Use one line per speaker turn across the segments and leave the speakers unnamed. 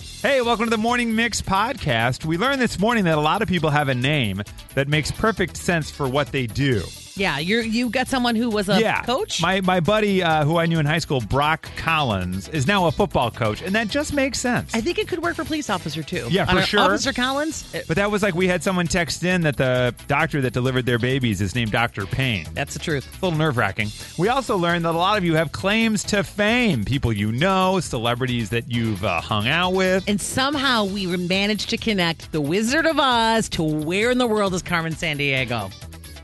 Hey, welcome to the Morning Mix podcast. We learned this morning that a lot of people have a name that makes perfect sense for what they do.
Yeah, you you got someone who was a
yeah.
coach.
My, my buddy uh, who I knew in high school, Brock Collins, is now a football coach, and that just makes sense.
I think it could work for police officer too.
Yeah, for
On our-
sure.
Officer Collins. uh,
but that was like we had someone text in that the doctor that delivered their babies is named Dr. Payne.
That's the truth.
a little nerve wracking. We also learned that a lot of you have claims to fame people you know, celebrities that you've uh, hung out with.
And somehow we managed to connect the Wizard of Oz to where in the world is Carmen San Diego?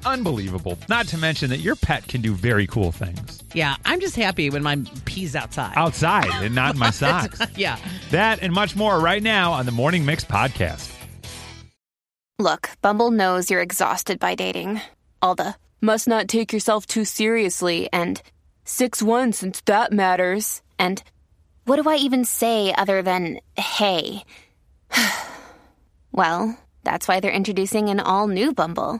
Unbelievable. Not to mention that your pet can do very cool things
Yeah, I'm just happy when my pee's outside.
outside and not in my socks.
yeah.
That and much more right now on the Morning Mix podcast.
Look, Bumble knows you're exhausted by dating. All the must not take yourself too seriously and 6 1 since that matters. And what do I even say other than hey? well, that's why they're introducing an all new Bumble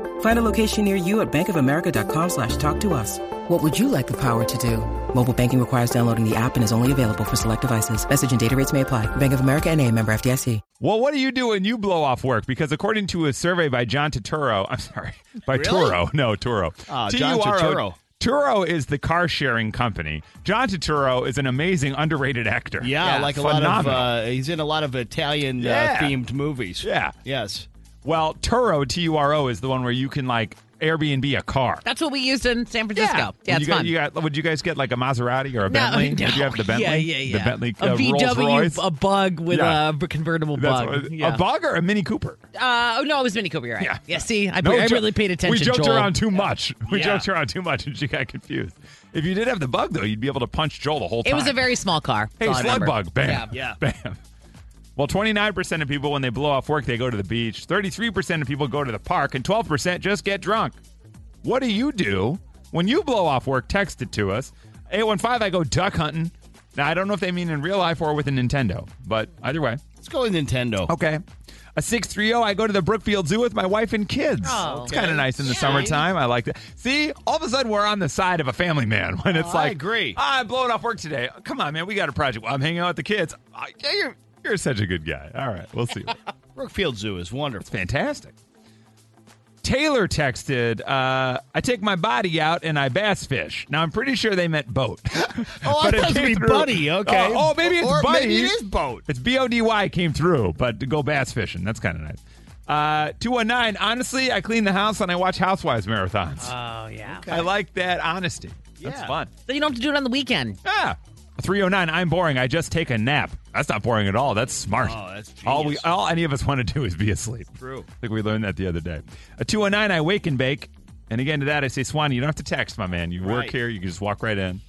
Find a location near you at bankofamerica.com slash talk to us. What would you like the power to do? Mobile banking requires downloading the app and is only available for select devices. Message and data rates may apply. Bank of America and a member FDIC.
Well, what do you do when you blow off work? Because according to a survey by John Turturro, I'm sorry, by Turo, no Turo,
Ah, John
T-U-R-O.
Turturro.
Turo is the car sharing company. John Turturro is an amazing underrated actor.
Yeah, like a lot of
Phenomenal.
uh, he's in a lot of Italian
Yeah.
uh, themed movies.
Yeah.
Yes.
Well, Turo T U R O is the one where you can like Airbnb a car.
That's what we used in San Francisco. Yeah,
you
it's
got,
fun.
You got, would you guys get like a Maserati or
No,
a Bentley?
no.
Would you have the Bentley?
Yeah, yeah, yeah.
The Bentley
a
uh,
VW,
Rolls Royce.
a bug with
Yeah.
a convertible
That's
bug.
what-
yeah.
A bug or a Mini Cooper?
Uh, oh no, it was Mini Cooper. You're right.
Yeah.
Yeah. see, I,
No
I
jo-
really paid attention.
We joked
Joel.
around too much. We
Yeah.
joked around too much, and she got confused. If you did have the bug, though, you'd be able to punch Joel the whole
It
time.
was a very small car. That's
hey
all I
slug
remember.
bug, bam,
Yeah.
Yeah.
bam. Well, 29% of people, when they blow off work, they go to the beach. 33% of people go to the park, and 12% just get drunk. What do you do when you blow off work? Text it to us. 815, I go duck hunting. Now, I don't know if they mean in real life or with a Nintendo, but either way.
Let's go with Nintendo.
Okay. A 630, I go to the Brookfield Zoo with my wife and kids.
Oh.
It's kind of nice in the summertime. I like that. See, all of a sudden we're on the side of a family man when it's
Oh, I
like,
agree.
"Ah, I'm blowing off work today. Come on, man. We got a project. Well, I'm hanging out with the kids. Ah, yeah, you're, you're such a good guy. All right. We'll see.
Brookfield Zoo is wonderful.
Fantastic. Taylor texted, uh, I take my body out and I bass fish. Now, I'm pretty sure they meant boat.
Oh, I
But it
thought it
came
was
through-
buddy. Okay.
Oh, oh, maybe it's
Or
buddy.
Maybe it is boat.
It's B O D Y came through, but to go bass fishing, that's kind of nice. Uh, 219, honestly, I clean the house and I watch Housewives marathons.
Oh yeah.
I like that honesty. That's
Ah, Yeah.
fun.
So you don't have to do it on the weekend.
Yeah. 309, I'm boring. I just take a nap. That's not boring at all. That's smart.
Oh, that's genius.
all we all any of us want to do is be asleep.
True.
I think we learned that the other day. A 209, I wake and bake. And again, to that, I say, Swanee, you don't have to text, my man. You work
Right.
here, you can just walk right in.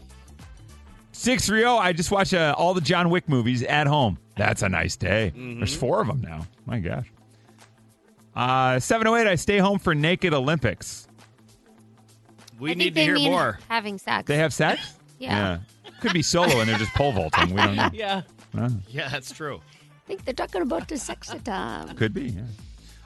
630, I just watch uh, all the John Wick movies at home. That's a nice day.
Mm-hmm.
There's four of them now. My gosh. Uh, 708, I stay home for Naked Olympics.
We
I think
need to
they
hear
mean
more.
Having sex.
They have sex?
Yeah.
Could be solo and they're just pole vaulting. We don't know.
Yeah.
Yeah, that's true.
I think they're talking about the sex time.
Could be, yeah.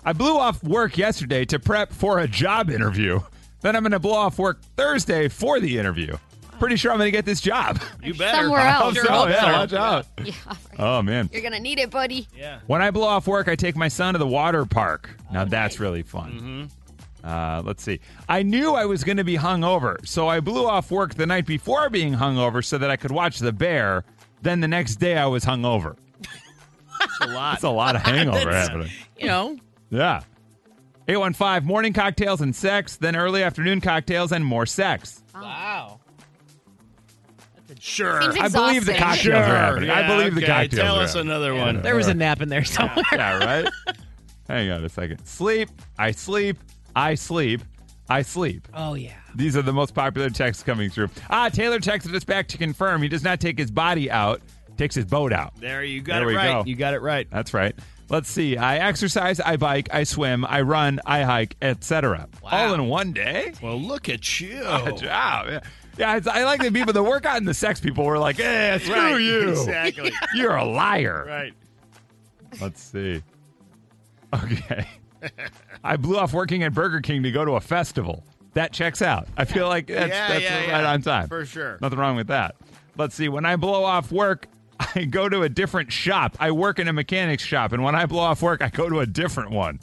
I blew off work yesterday to prep for a job interview. Then I'm going to blow off work Thursday for the interview. Pretty sure I'm going to get this job.
You better.
Somewhere
I hope
else.
so,
Oh,
yeah, watch out.
Yeah, right.
Oh, man.
You're gonna need it, buddy.
Yeah.
When I blow off work, I take my son to the water park. Now, that's really fun. Uh, let's see. I knew I was going to be hungover, so I blew off work the night before being hungover so that I could watch The Bear. Then the next day, I was hungover.
That's a lot.
That's a lot of hangover
That's-
happening.
You know.
Yeah. 815 morning cocktails and sex, then early afternoon cocktails and more sex.
Wow.
sure.
Seems
I believe the
Exhausting.
cocktails
sure.
are happening. I
Yeah,
believe the
okay.
cocktails
Tell
are
us
happening.
another one.
There
uh,
was a nap in there somewhere.
Yeah, right? Hang on a second. Sleep, I sleep, I sleep, I sleep.
Oh yeah.
These are the most popular texts coming through. Ah, Taylor texted us back to confirm he does not take his body out. Takes his boat out.
There you got
There
it
we
right.
go.
You got it right.
That's right. Let's see. I exercise, I bike, I swim, I run, I hike, etc. All in one day.
Well, look at you.
Good job. Yeah, yeah it's, I like the people that work out and the sex people were like, eh, screw
Right,
you.
exactly.
You're a liar.
right.
Let's see. Okay. I blew off working at Burger King to go to a festival. That checks out. I feel like that's,
Yeah,
that's
yeah,
right
yeah.
on time.
For sure.
Nothing wrong with that. Let's see. When I blow off work, I go to a different shop. I work in a mechanic's shop. And when I blow off work, I go to a different one.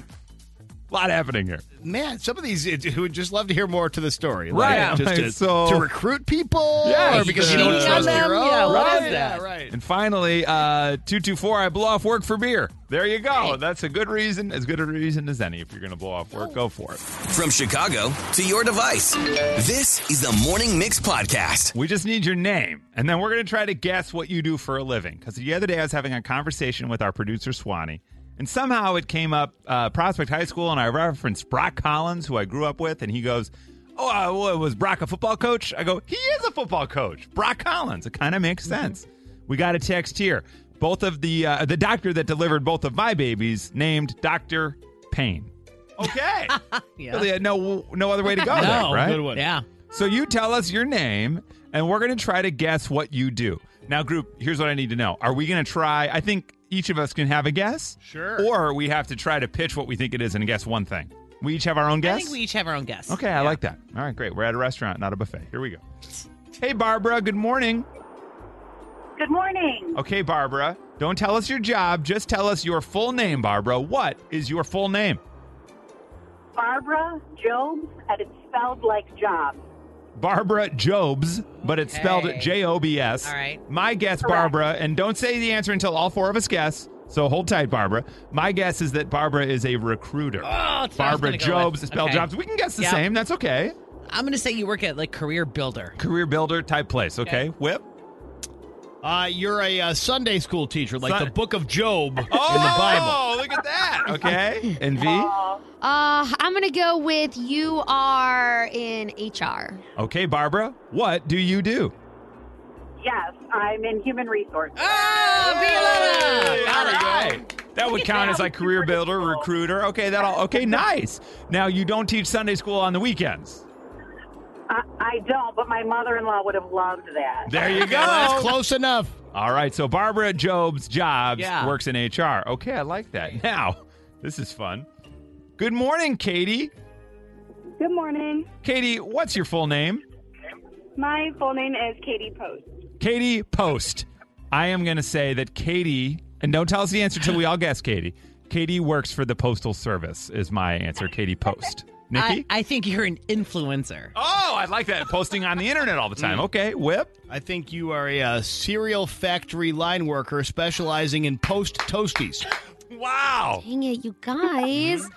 A lot happening here.
Man, some of these, it, would just love to hear more to the story.
Right. Yeah,
Like, just
like,
to,
so-
to recruit people?
Yeah,
Or because you don't
cheating
trust
on
your
them?
own?
Yeah, what
right.
is
yeah,
that?
right.
And finally, uh, 224, I blow off work for beer. There you go. That's a good reason, as good a reason as any. If you're going to blow off work, go for it.
From Chicago to your device, this is the Morning Mix Podcast.
We just need your name, and then we're going to try to guess what you do for a living. Because the other day I was having a conversation with our producer, Swanee, and somehow it came up uh, Prospect High School, and I referenced Brock Collins, who I grew up with, and he goes, Oh, uh, well, was Brock a football coach? I go, He is a football coach. Brock Collins. It kind of makes sense. We got a text here. Both of the uh, the doctor that delivered both of my babies named Dr. Payne. Okay.
Yeah.
Really had no no other way to go.
No.
there, right?
Good one.
Yeah.
So you tell us your name, and we're going to try to guess what you do. Now, group, here's what I need to know. Are we going to try? I think each of us can have a guess.
Sure.
Or we have to try to pitch what we think it is and guess one thing. We each have our own guess?
I think we each have our own guess.
okay, I like that. All right, great. We're at a restaurant, not a buffet. Here we go. Hey, Barbara, good morning.
Good morning.
Okay, Barbara, don't tell us your job. Just tell us your full name, Barbara. What is your full name?
Barbara Jobs, and it's spelled like job.
Barbara Jobs, but it's spelled
Okay.
J O B S.
All right.
My guess, Barbara, and don't say the answer until all four of us guess. So hold tight, Barbara. My guess is that Barbara is a recruiter.
Oh, it's what I was
Barbara
gonna go
Jobs,
with.
spelled
Okay.
jobs. We can guess the
Yep.
same. That's okay.
I'm going to say you work at like Career Builder.
Career builder type place. Okay. Whip.
Uh, you're a uh, Sunday school teacher, like
Sun-
the book of Job in the
Oh,
Bible.
look at that. Okay. And V.
Uh, I'm gonna go with you are in HR.
Okay, Barbara, what do you do?
Yes, I'm in human resources.
Oh, Violetta!
All right. That would count as like career builder, recruiter. Okay, that all. Okay, nice. Now you don't teach Sunday school on the weekends.
I, I don't, but my mother-in-law would have loved that.
There you go.
That's close enough.
All right, so Barbara Jobs Jobs
Yeah.
works in HR. Okay, I like that. Now, this is fun. Good morning, Katie.
Good morning.
Katie, what's your full name?
My full name is Katie Post.
Katie Post. I am going to say that Katie, and don't tell us the answer till we all guess, Katie. Katie works for the Postal Service, is my answer, Katie Post.
I,
Nikki?
I think you're an influencer.
oh, I like that. Posting on the internet all the time.
Mm.
Okay, Whip.
I think you are a uh, cereal factory line worker specializing in post toasties.
Wow.
Dang it, you
Mm-hmm.
guys.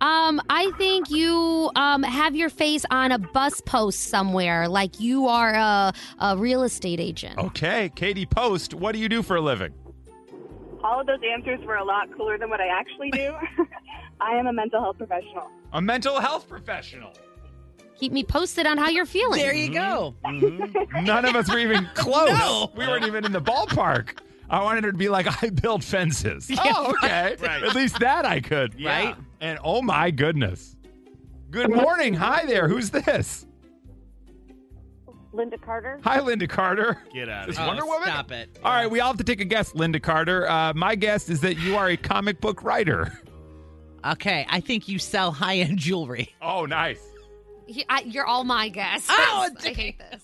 Um, I think you um have your face on a bus post somewhere, like you are a, a real estate agent.
Okay, Katie Post, what do you do for a living?
All of those answers were a lot cooler than what I actually do. I am a mental health professional.
A mental health professional.
Keep me posted on how you're feeling.
There you go.
Mm-hmm. None of us were even close. We weren't even in the ballpark. I wanted her to be like, I build fences. oh, okay. At least that I could.
Right?
And oh my goodness. Good morning. Hi there. Who's this?
Linda Carter.
Hi, Linda Carter.
Get out
Is
of
Oh,
here.
Mm-hmm. Wonder Woman? Oh.
Stop it.
All right, we all have to take a guess, Linda Carter. Uh, my guess is that you are a comic book writer.
Okay, I think you sell high end jewelry.
Oh, nice.
He- I, you're all my guess.
Oh,
I hate this.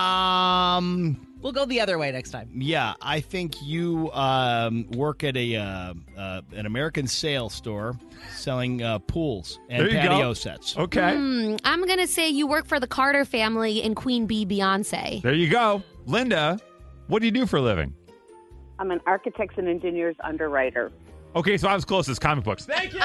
Um,
We'll go the other way next time.
yeah, I think you um, work at a uh, uh, an American sale store selling uh, pools and
There you go. Oh.
patio sets.
Okay.
Hmm, I'm gonna say you work for the Carter family and Queen Bee Beyonce.
There you go. Linda, what do you do for a living?
I'm an architects and engineers underwriter.
Okay, so I was close as comic books. Thank you. Yay!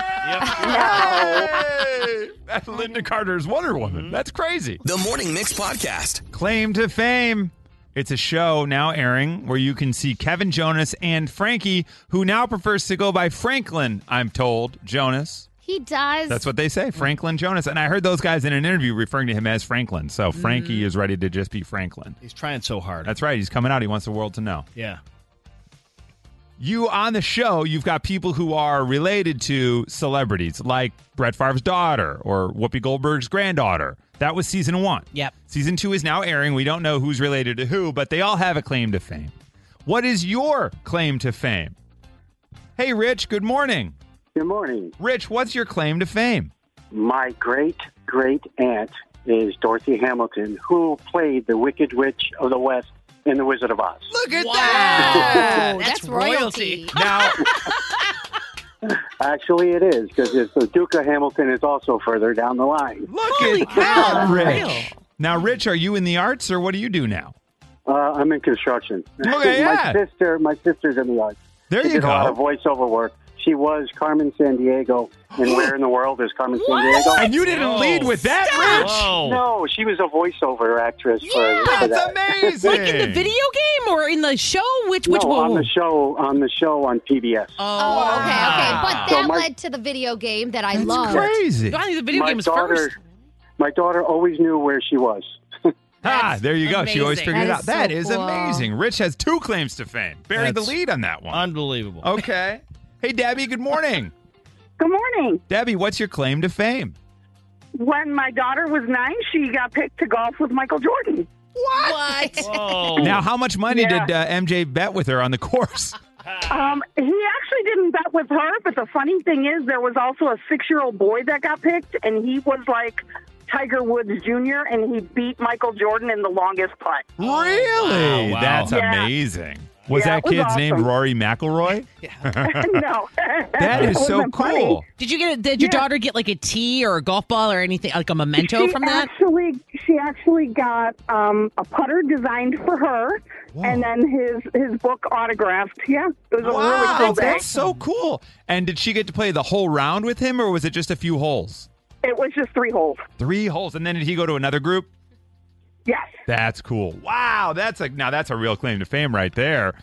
That's Linda Carter's Wonder Woman. That's crazy.
The Morning Mix Podcast.
Claim to fame. It's a show now airing where you can see Kevin Jonas and Frankie, who now prefers to go by Franklin, I'm told, Jonas.
He does.
That's what they say, Franklin Jonas. And I heard those guys in an interview referring to him as Franklin. So Frankie is ready to just be Franklin.
He's trying so hard.
That's right. He's coming out. He wants the world to know.
yeah.
You on the show, you've got people who are related to celebrities, like Brett Favre's daughter or Whoopi Goldberg's granddaughter. That was season one.
Yep.
Season two is now airing. We don't know who's related to who, but they all have a claim to fame. What is your claim to fame? Hey, Rich, good morning.
Good morning.
Rich, what's your claim to fame?
My great great aunt is Dorothy Hamilton, who played the Wicked Witch of the West in The Wizard of Oz.
Look at
Wow,
That's royalty.
Now,
Actually, it is, because the Duke of Hamilton is also further down the line.
look
Holy
at
cow,
that, Rich.
real.
Now, Rich, are you in the arts or what do you do now?
Uh, I'm in construction.
Okay, yeah.
my sister, my sister's in the arts.
There
she
you
did a
go.
lot of voiceover work. She was Carmen San Diego, and where in the world is Carmen San Diego?
And you didn't
Whoa.
lead with that, Rich.
Whoa.
No, she was a voiceover actress for, for that.
That's amazing.
Like in the video game or in the show? Which which
no,
one?
on the show on the show on PBS.
Oh,
Oh,
okay,
Ah.
okay. But
So
that
my-
led to the video game that I
That's
love.
crazy.
God, the video
my
game was
daughter,
first.
my daughter always knew where she was.
Ah, there you go. She always
amazing.
figured it
That
out.
is
that
so cool.
is amazing. Rich has two claims to fame. Buried
That's
the lead on that one.
Unbelievable.
Oh. Okay. Hey, Debbie, good morning.
Good morning.
Debbie, what's your claim to fame?
When my daughter was nine, she got picked to golf with Michael Jordan.
What?
Whoa.
Now, how much money
Yeah.
did uh, MJ bet with her on the course?
Um, he actually didn't bet with her, but the funny thing is, there was also a six year old boy that got picked, and he was like Tiger Woods Jr., and he beat Michael Jordan in the longest putt.
really?
wow, wow.
That's
Oh, Yeah.
amazing. Was
Yeah,
that
it was
kid's name
awesome.
Rory McIlroy?
no.
That
It
is so
wasn't funny.
cool.
Did you get? A, did your
Yeah.
daughter get like a tee or a golf ball or anything like a memento
she
from that?
Actually, she actually got um, a putter designed for her, and then his his book autographed. Yeah, it was a really
Wow,
cool day.
that's so cool. And did she get to play the whole round with him, or was it just a few holes?
It was just three holes.
Three holes. And then did he go to another group?
Yes.
That's cool. Wow, that's like now that's a real claim to fame right there.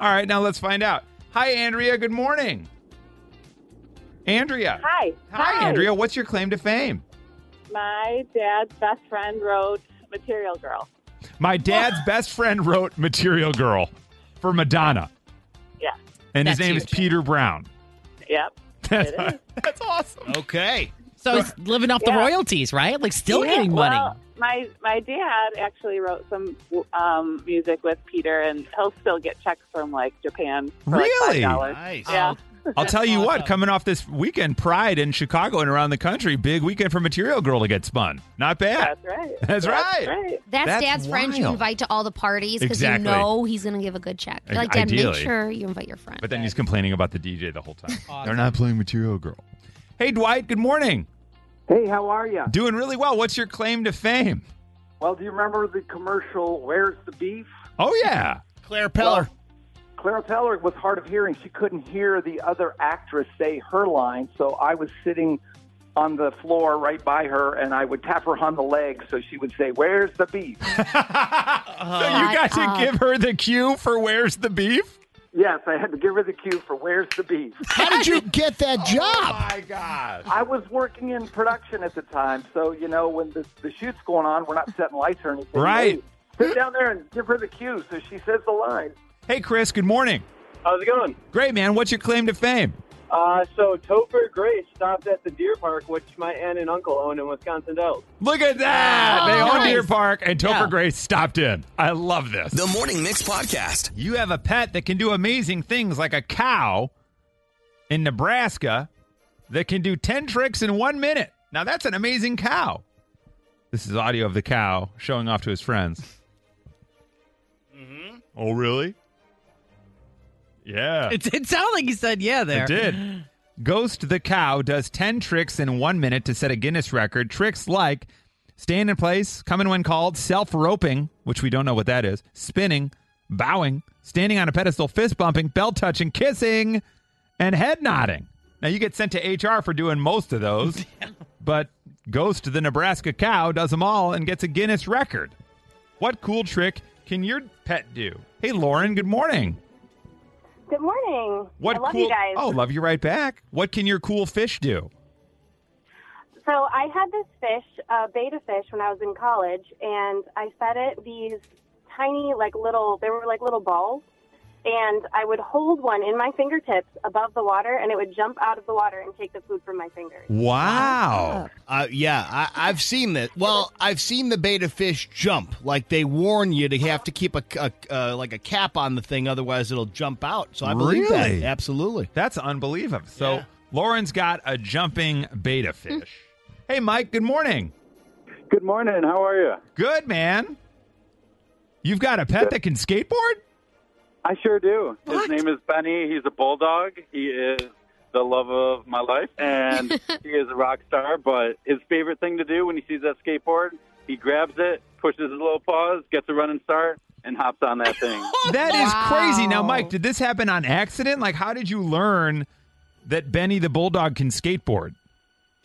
All right, now let's find out. Hi, Andrea. Good morning. Andrea.
Hi.
Andrea. What's your claim to fame?
My dad's best friend wrote Material Girl.
My dad's best friend wrote Material Girl for Madonna,
Yeah.
and his
That's
name is
huge.
Peter Brown.
Yep.
That's,
It is.
that's awesome.
Okay.
So he's living off the
Yeah.
royalties, right? Like still
Yeah,
getting money.
Well, my my dad actually wrote some um, music with Peter, and he'll still get checks from like Japan for
Really?
like dollars.
Nice.
Yeah.
I'll tell you what,
awesome.
coming off this weekend, Pride in Chicago and around the country, big weekend for Material Girl to get spun. Not bad.
That's right.
That's right.
That's,
That's
dad's friends you
wild.
invite to all the parties because
Exactly.
you know he's going to give a good check. You're like, Dad,
Ideally.
make sure you invite your friend.
But then he's complaining about the DJ the whole time. They're not playing Material Girl. Hey, Dwight, good morning.
Hey, how are you?
Doing really well. What's your claim to fame?
Well, do you remember the commercial "Where's the Beef"?
Oh, yeah.
Claire Peller.
Clara Peller was hard of hearing. She couldn't hear the other actress say her line, so I was sitting on the floor right by her, and I would tap her on the leg so she would say, "Where's the beef?"
so you got
Shut
to
up.
give her the cue for Where's the Beef?
yes, I had to give her the cue for "Where's the beef."
How did you get that job?
My God.
I was working in production at the time, so you know when the, the shoot's going on, we're not setting lights or anything.
Right.
Hey, sit down there and give her the cue so she says the line.
Hey, Chris, good morning.
How's it going?
Great, man. What's your claim to fame?
Uh, so Topher Grace stopped at the deer park, which my aunt and uncle own in Wisconsin Dells.
Look at that.
Oh,
they own
nice.
Deer Park, and Topher
Yeah.
Grace stopped in. I love this.
The Morning Mix Podcast.
You have a pet that can do amazing things like a cow in Nebraska that can do 10 tricks in one minute. Now, that's an amazing cow. This is audio of the cow showing off to his friends. Oh, really? Yeah.
It, it sounded like you said yeah there.
It did. Ghost the cow does 10 tricks in one minute to set a Guinness record. Tricks like stand in place, coming when called, self roping, which we don't know what that is, spinning, bowing, standing on a pedestal, fist bumping, belt touching, kissing, and head nodding. Now you get sent to HR for doing most of those, but Ghost the Nebraska cow does them all and gets a Guinness record. What cool trick can your pet do? Hey, Lauren, good morning.
Good morning.
What
I love
cool,
you guys.
Oh, love you right back. What can your cool fish do?
So I had this fish, uh, beta fish, when I was in college, and I fed it these tiny, like little, they were like little balls. And I would hold one in my fingertips above the water, and it would jump out of the water and take the food from my fingers.
Wow. Uh, yeah, I, I've seen that. Well, I've seen the beta fish jump. Like they warn you to have to keep a, a uh, like a cap on the thing, otherwise it'll jump out. So I believe
really?
that. Absolutely.
That's unbelievable. So Lauren's got a jumping beta
Hmm.
fish. hey, Mike, good morning.
Good morning. How are you?
Good, man. You've got a pet that can skateboard?
I sure do. His name is Benny. He's a bulldog. He is the love of my life, and he is a rock star. But his favorite thing to do when he sees that skateboard, he grabs it, pushes his little paws, gets a running start, and hops on that thing.
That is crazy. Now, Mike, did this happen on accident? Like, how did you learn that Benny the Bulldog can skateboard?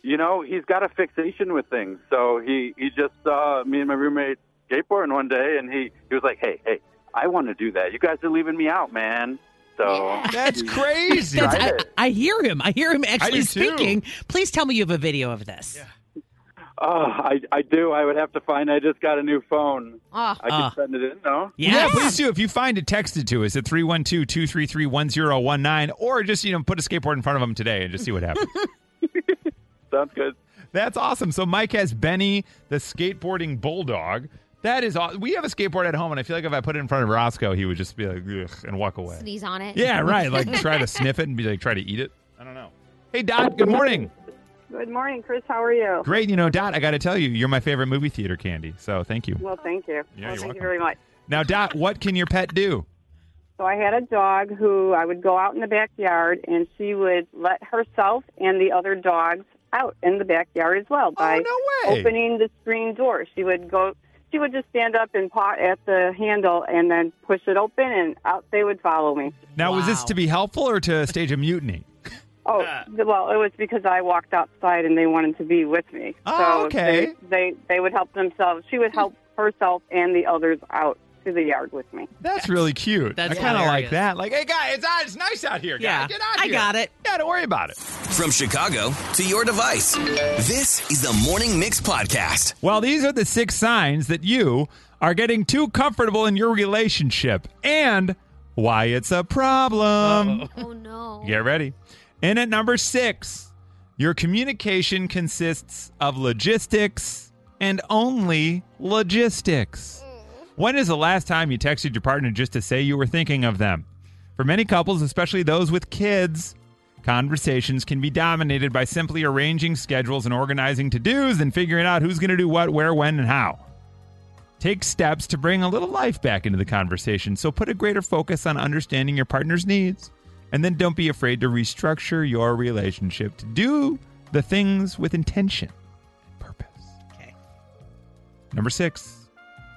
you know, he's got a fixation with things. So he, he just saw me and my roommate skateboarding one day, and he, he was like, hey, hey, I want to do that. You guys are leaving me out, man. So
that's
crazy.
That's- I, I hear him. I hear him actually
do, too.
speaking. Please tell me you have a video of this.
Oh, I, I do. I would have to find. I just got a new phone.
Ah.
I can
Ah.
send it in, no?
Yeah, please do. If you find it, text it to us at 312 233 1019 or just, you know, put a skateboard in front of them today and just see what happens.
Sounds good.
That's awesome. So Mike has Benny, the skateboarding bulldog. That is awesome. We have a skateboard at home, and I feel like if I put it in front of Roscoe, he would just be like, Ugh, and walk away.
Sneeze on it.
Yeah, right. Like try to sniff it and be like, try to eat it. I don't know. Hey, Dot, good morning.
Good morning, Chris. How are you?
Great. You know, Dot, I got to tell you, you're my favorite movie theater candy. So thank you.
Well, thank you.
Yeah,
well,
you're
thank
welcome.
you very much.
Now, Dot, what can your pet do?
So I had a dog who I would go out in the backyard, and she would let herself and the other dogs out in the backyard as well
Oh,
by
way.
opening the screen door. She would go. She would just stand up and paw at the handle, and then push it open, and out they would follow me.
Now, was this to be helpful or to stage a mutiny?
Oh well, it was because I walked outside and they wanted to be with me.
Oh,
so
okay.
They, they they would help themselves. She would help herself and the others out to the yard with me.
That's really cute.
that's
I kind of like
hilarious.
that. Like, hey, guy, it's, it's nice out here. Guy.
Yeah,
Get out
I
here.
got it.
Yeah, don't worry about it.
From Chicago to your device, this is the Morning Mix Podcast.
Well, these are the six signs that you are getting too comfortable in your relationship and why it's a problem.
Oh no.
Get ready. And at number six, your communication consists of logistics and only logistics. When is the last time you texted your partner just to say you were thinking of them? For many couples, especially those with kids, conversations can be dominated by simply arranging schedules and organizing to dos and figuring out who's going to do what, where, when, and how. Take steps to bring a little life back into the conversation. So put a greater focus on understanding your partner's needs. And then don't be afraid to restructure your relationship to do the things with intention and purpose. Okay. Number six,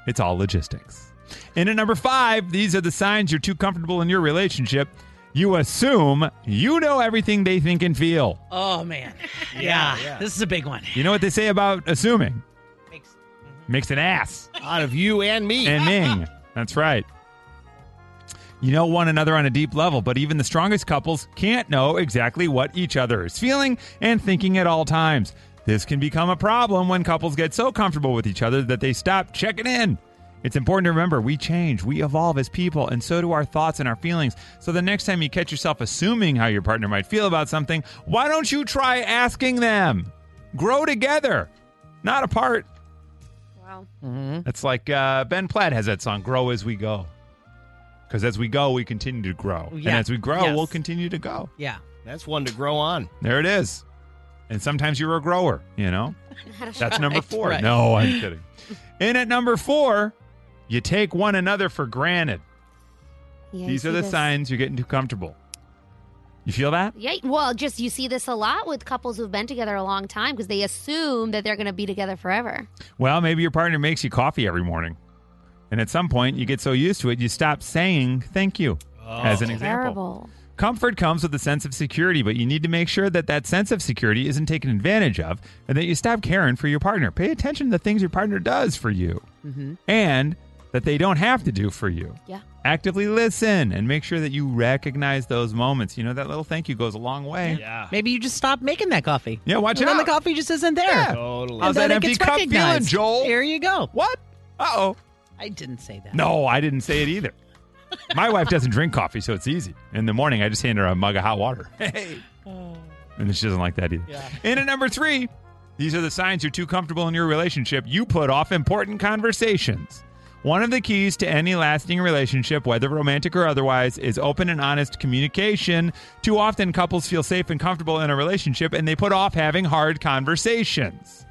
it's all logistics. And at number five, these are the signs you're too comfortable in your relationship. You assume you know everything they think and feel.
Oh man. Yeah,
yeah.
This is a big one.
You know what they say about assuming? Makes an ass
out of you and me.
And Ming. That's right. You know one another on a deep level, but even the strongest couples can't know exactly what each other is feeling and thinking at all times. This can become a problem when couples get so comfortable with each other that they stop checking in. It's important to remember we change, we evolve as people, and so do our thoughts and our feelings. So the next time you catch yourself assuming how your partner might feel about something, why don't you try asking them? Grow together, not apart.
Wow.
That's like uh, Ben Platt has that song, Grow As We Go. Because as we go, we continue to grow. And
Yeah.
as we grow,
Yes.
we'll continue to go.
Yeah.
That's one to grow on.
There it is. And sometimes you're a grower, you know? That's number
Right,
four.
right.
No, I'm kidding. And at number four, you take one another for granted.
Yeah, I
These
see
are the
this.
signs you're getting too comfortable. You feel that?
Yeah, well, just you see this a lot with couples who've been together a long time because they assume that they're going to be together forever.
Well, maybe your partner makes you coffee every morning. And at some point, you get so used to it, you stop saying thank you, as an example.
Oh. Terrible.
Comfort comes with a sense of security, but you need to make sure that that sense of security isn't taken advantage of and that you stop caring for your partner. Pay attention to the things your partner does for you.
Mm-hmm.
And that they don't have to do for you.
Yeah.
Actively listen and make sure that you recognize those moments. You know, that little thank you goes a long way.
Yeah.
Maybe you just stop making that coffee.
Yeah, watch
and
out.
Then the coffee just isn't there.
Yeah.
Totally.
And
How's
then
that
it
empty
gets
cup feeling,
recognized.
Joel?
There you go.
What? Uh oh.
I didn't say that.
No, I didn't say it either. My wife doesn't drink coffee, so it's easy. In the morning, I just hand her a mug of hot water. Hey. And she doesn't like that either. And at number three, these are the signs you're too comfortable in your relationship. You put off important conversations. One of the keys to any lasting relationship, whether romantic or otherwise, is open and honest communication. Too often, couples feel safe and comfortable in a relationship and they put off having hard conversations.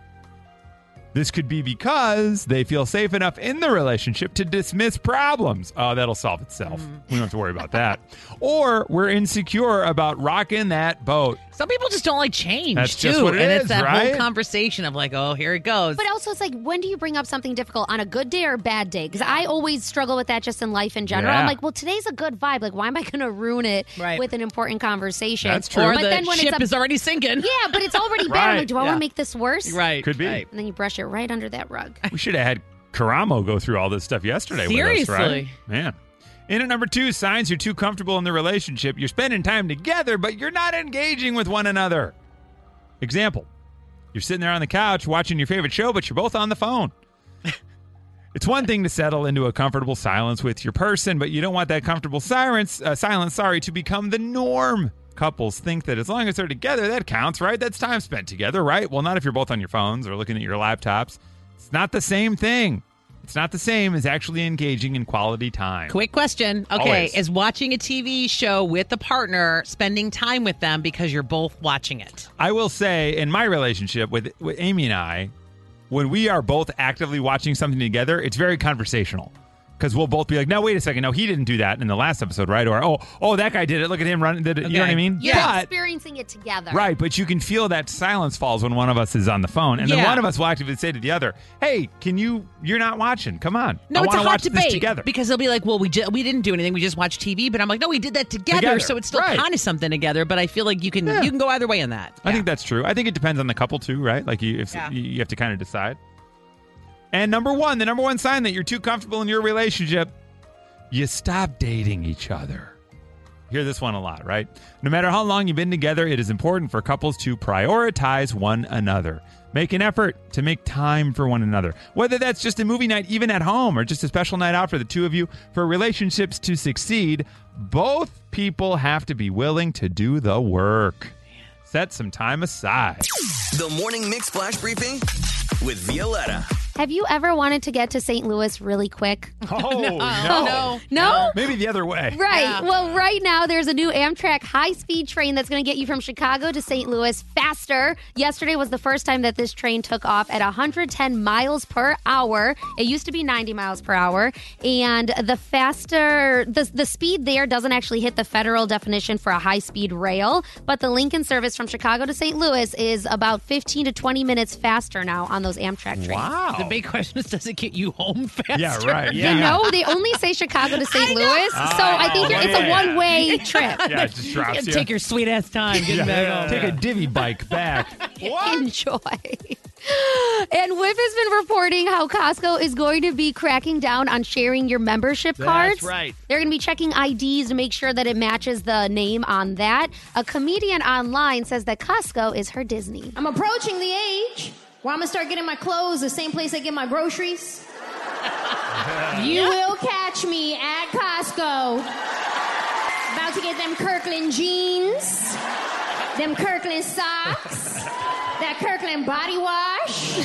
This could be because they feel safe enough in the relationship to dismiss problems. Oh, that'll solve itself. We don't have to worry about that. or we're insecure about rocking that boat.
Some people just don't like change
That's
too,
just what it
and
is,
it's that
right?
whole conversation of like, oh, here it goes.
But also, it's like, when do you bring up something difficult on a good day or a bad day? Because I always struggle with that just in life in general. I'm
Yeah.
like, well, today's a good vibe. Like, why am I going to ruin it with an important conversation?
That's true. Or
But
the
then when
ship
it's a-
is already sinking.
Yeah, but it's already bad. I'm
Right.
like, do I want
Yeah.
to make this worse?
Right.
Could be. right.
And then you brush it right under that rug.
We should have had Karamo go through all this stuff yesterday with us, right?
Seriously.
Man. In at number two, signs you're too comfortable in the relationship. You're spending time together, but you're not engaging with one another. Example, you're sitting there on the couch watching your favorite show, but you're both on the phone. It's one thing to settle into a comfortable silence with your person, but you don't want that comfortable silence, uh, silence, sorry, to become the norm. Couples think that as long as they're together, that counts, right? That's time spent together, right? Well, not if you're both on your phones or looking at your laptops. It's not the same thing. It's not the same as actually engaging in quality time.
Quick question. Okay,
Always.
is watching a TV show with a partner spending time with them because you're both watching it?
I will say in my relationship with, with Amy and I, when we are both actively watching something together, it's very conversational. Because we'll both be like, "No, wait a second. No, he didn't do that in the last episode, right?" Or, "Oh, oh, that guy did it. Look at him running." Did it. You know what I mean?
You're
But-
experiencing it together.
Right, but you can feel that silence falls when one of us is on the phone, and then
Yeah.
one of us will actively say to the other, "Hey, can you? You're not watching. Come on,
No,
I
it's a
wanna
hot
watch
debate
this together."
because they'll be like, "Well, we ju- we didn't do anything. We just watched TV." But I'm like, "No, we did that together,
Together,
so it's still
right.
kind of something together." But I feel like you can you can go either way on that.
I think that's true. I think it depends on the couple too, right? Like you, if,
Yeah.
you you have to kind of decide. And number one, the number one sign that you're too comfortable in your relationship, you stop dating each other. Hear this one a lot, right? No matter how long you've been together, it is important for couples to prioritize one another. Make an effort to make time for one another. Whether that's just a movie night, even at home, or just a special night out for the two of you, for relationships to succeed, both people have to be willing to do the work. Set some time aside.
The Morning Mix Flash Briefing with Violetta.
Have you ever wanted to get to St. Louis really quick?
Oh, no.
No. No?
Maybe the other way.
Right. Well, right now there's a new Amtrak high speed train that's going to get you from Chicago to St. Louis faster. Yesterday was the first time that this train took off at 110 miles per hour. It used to be 90 miles per hour. And the faster, the, the speed there doesn't actually hit the federal definition for a high speed rail, but the Lincoln service from Chicago to St. Louis is about 15 to 20 minutes faster now on those Amtrak trains.
The big question is, does it get you home faster?
Yeah, right.
You know, they only say Chicago to St. Louis, so I think
Oh,
it's a
yeah.
one-way trip.
Yeah, it just drops you.
Take your sweet ass time getting
Yeah.
back home.
Take a divvy bike back.
Enjoy. And Whip has been reporting how Costco is going to be cracking down on sharing your membership
That's
cards.
right.
They're going to be checking IDs to make sure that it matches the name on that. A comedian online says that Costco is her Disney.
I'm approaching the age where I'm gonna start getting my clothes the same place I get my groceries. You will catch me at Costco. About to get them Kirkland jeans, them Kirkland socks, that Kirkland body wash.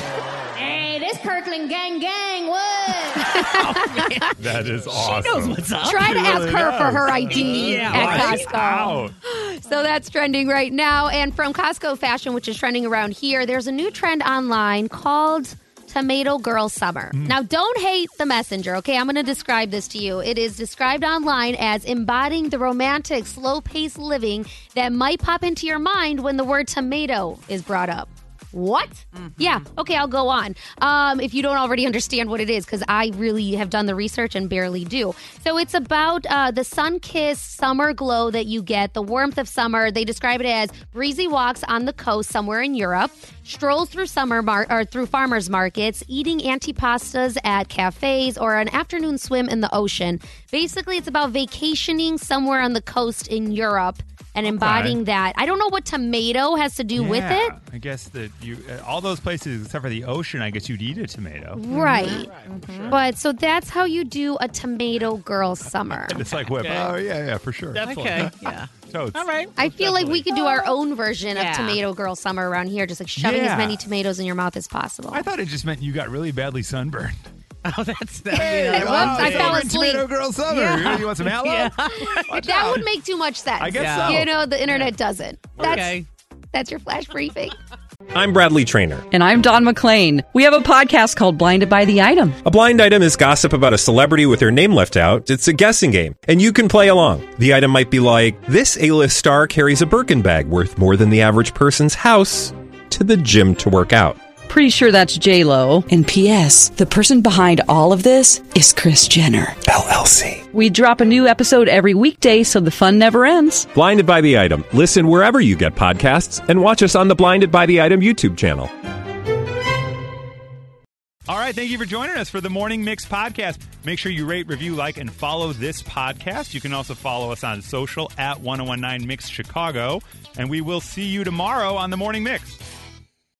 Hey, this Kirkland gang gang, what?
That is
knows
awesome.
what's up.
Try to
She
ask
really
her for
does.
her ID
Yeah,
at
right?
Costco.
Wow.
So that's trending right now. And from Costco fashion, which is trending around here, there's a new trend online called Tomato Girl Summer. Now, don't hate the messenger, okay? I'm going to describe this to you. It is described online as embodying the romantic, slow paced living that might pop into your mind when the word tomato is brought up. what? Yeah. Okay, I'll go on. Um, if you don't already understand what it is, because I really have done the research and barely do. So it's about uh, the sun kissed summer glow that you get, the warmth of summer. They describe it as breezy walks on the coast somewhere in Europe, strolls through summer mar- or through farmers markets, eating antipastas at cafes, or an afternoon swim in the ocean. Basically, it's about vacationing somewhere on the coast in Europe and embodying that. I don't know what tomato has to do with
Yeah,
it.
I guess that you uh, all those places except for the ocean. I guess you'd eat a tomato,
Right. But so that's how you do a tomato girl summer.
It's like whip.
Okay.
Oh yeah, yeah, for sure.
Definitely. Okay,
yeah. Toads.
All right. I feel like we could do our own version
Yeah.
of Tomato Girl Summer around here, just like shoving
Yeah.
as many tomatoes in your mouth as possible.
I thought it just meant you got really badly sunburned.
Oh, that's that.
Hey,
Like, whoops, I
it's
fell
over
asleep.
Tomato girl summer.
Yeah.
You want some aloe?
Yeah. that would make too much sense.
I guess Yeah. so.
You know, the internet doesn't. That's,
Okay.
That's your flash briefing.
I'm Bradley Trainer.
And I'm Don McClain. We have a podcast called Blinded by the Item.
A blind item is gossip about a celebrity with their name left out. It's a guessing game, and you can play along. The item might be like this: A-list star carries a Birkin bag worth more than the average person's house to the gym to work out.
Pretty sure that's J Lo. And P.S. The person behind all of this is Chris Jenner
LLC.
We drop a new episode every weekday, so the fun never ends.
Blinded by the item. Listen wherever you get podcasts, and watch us on the Blinded by the Item YouTube channel.
All right, thank you for joining us for the Morning Mix podcast. Make sure you rate, review, like, and follow this podcast. You can also follow us oh on social at 1019 Mix Chicago. And we will see you tomorrow on the Morning Mix.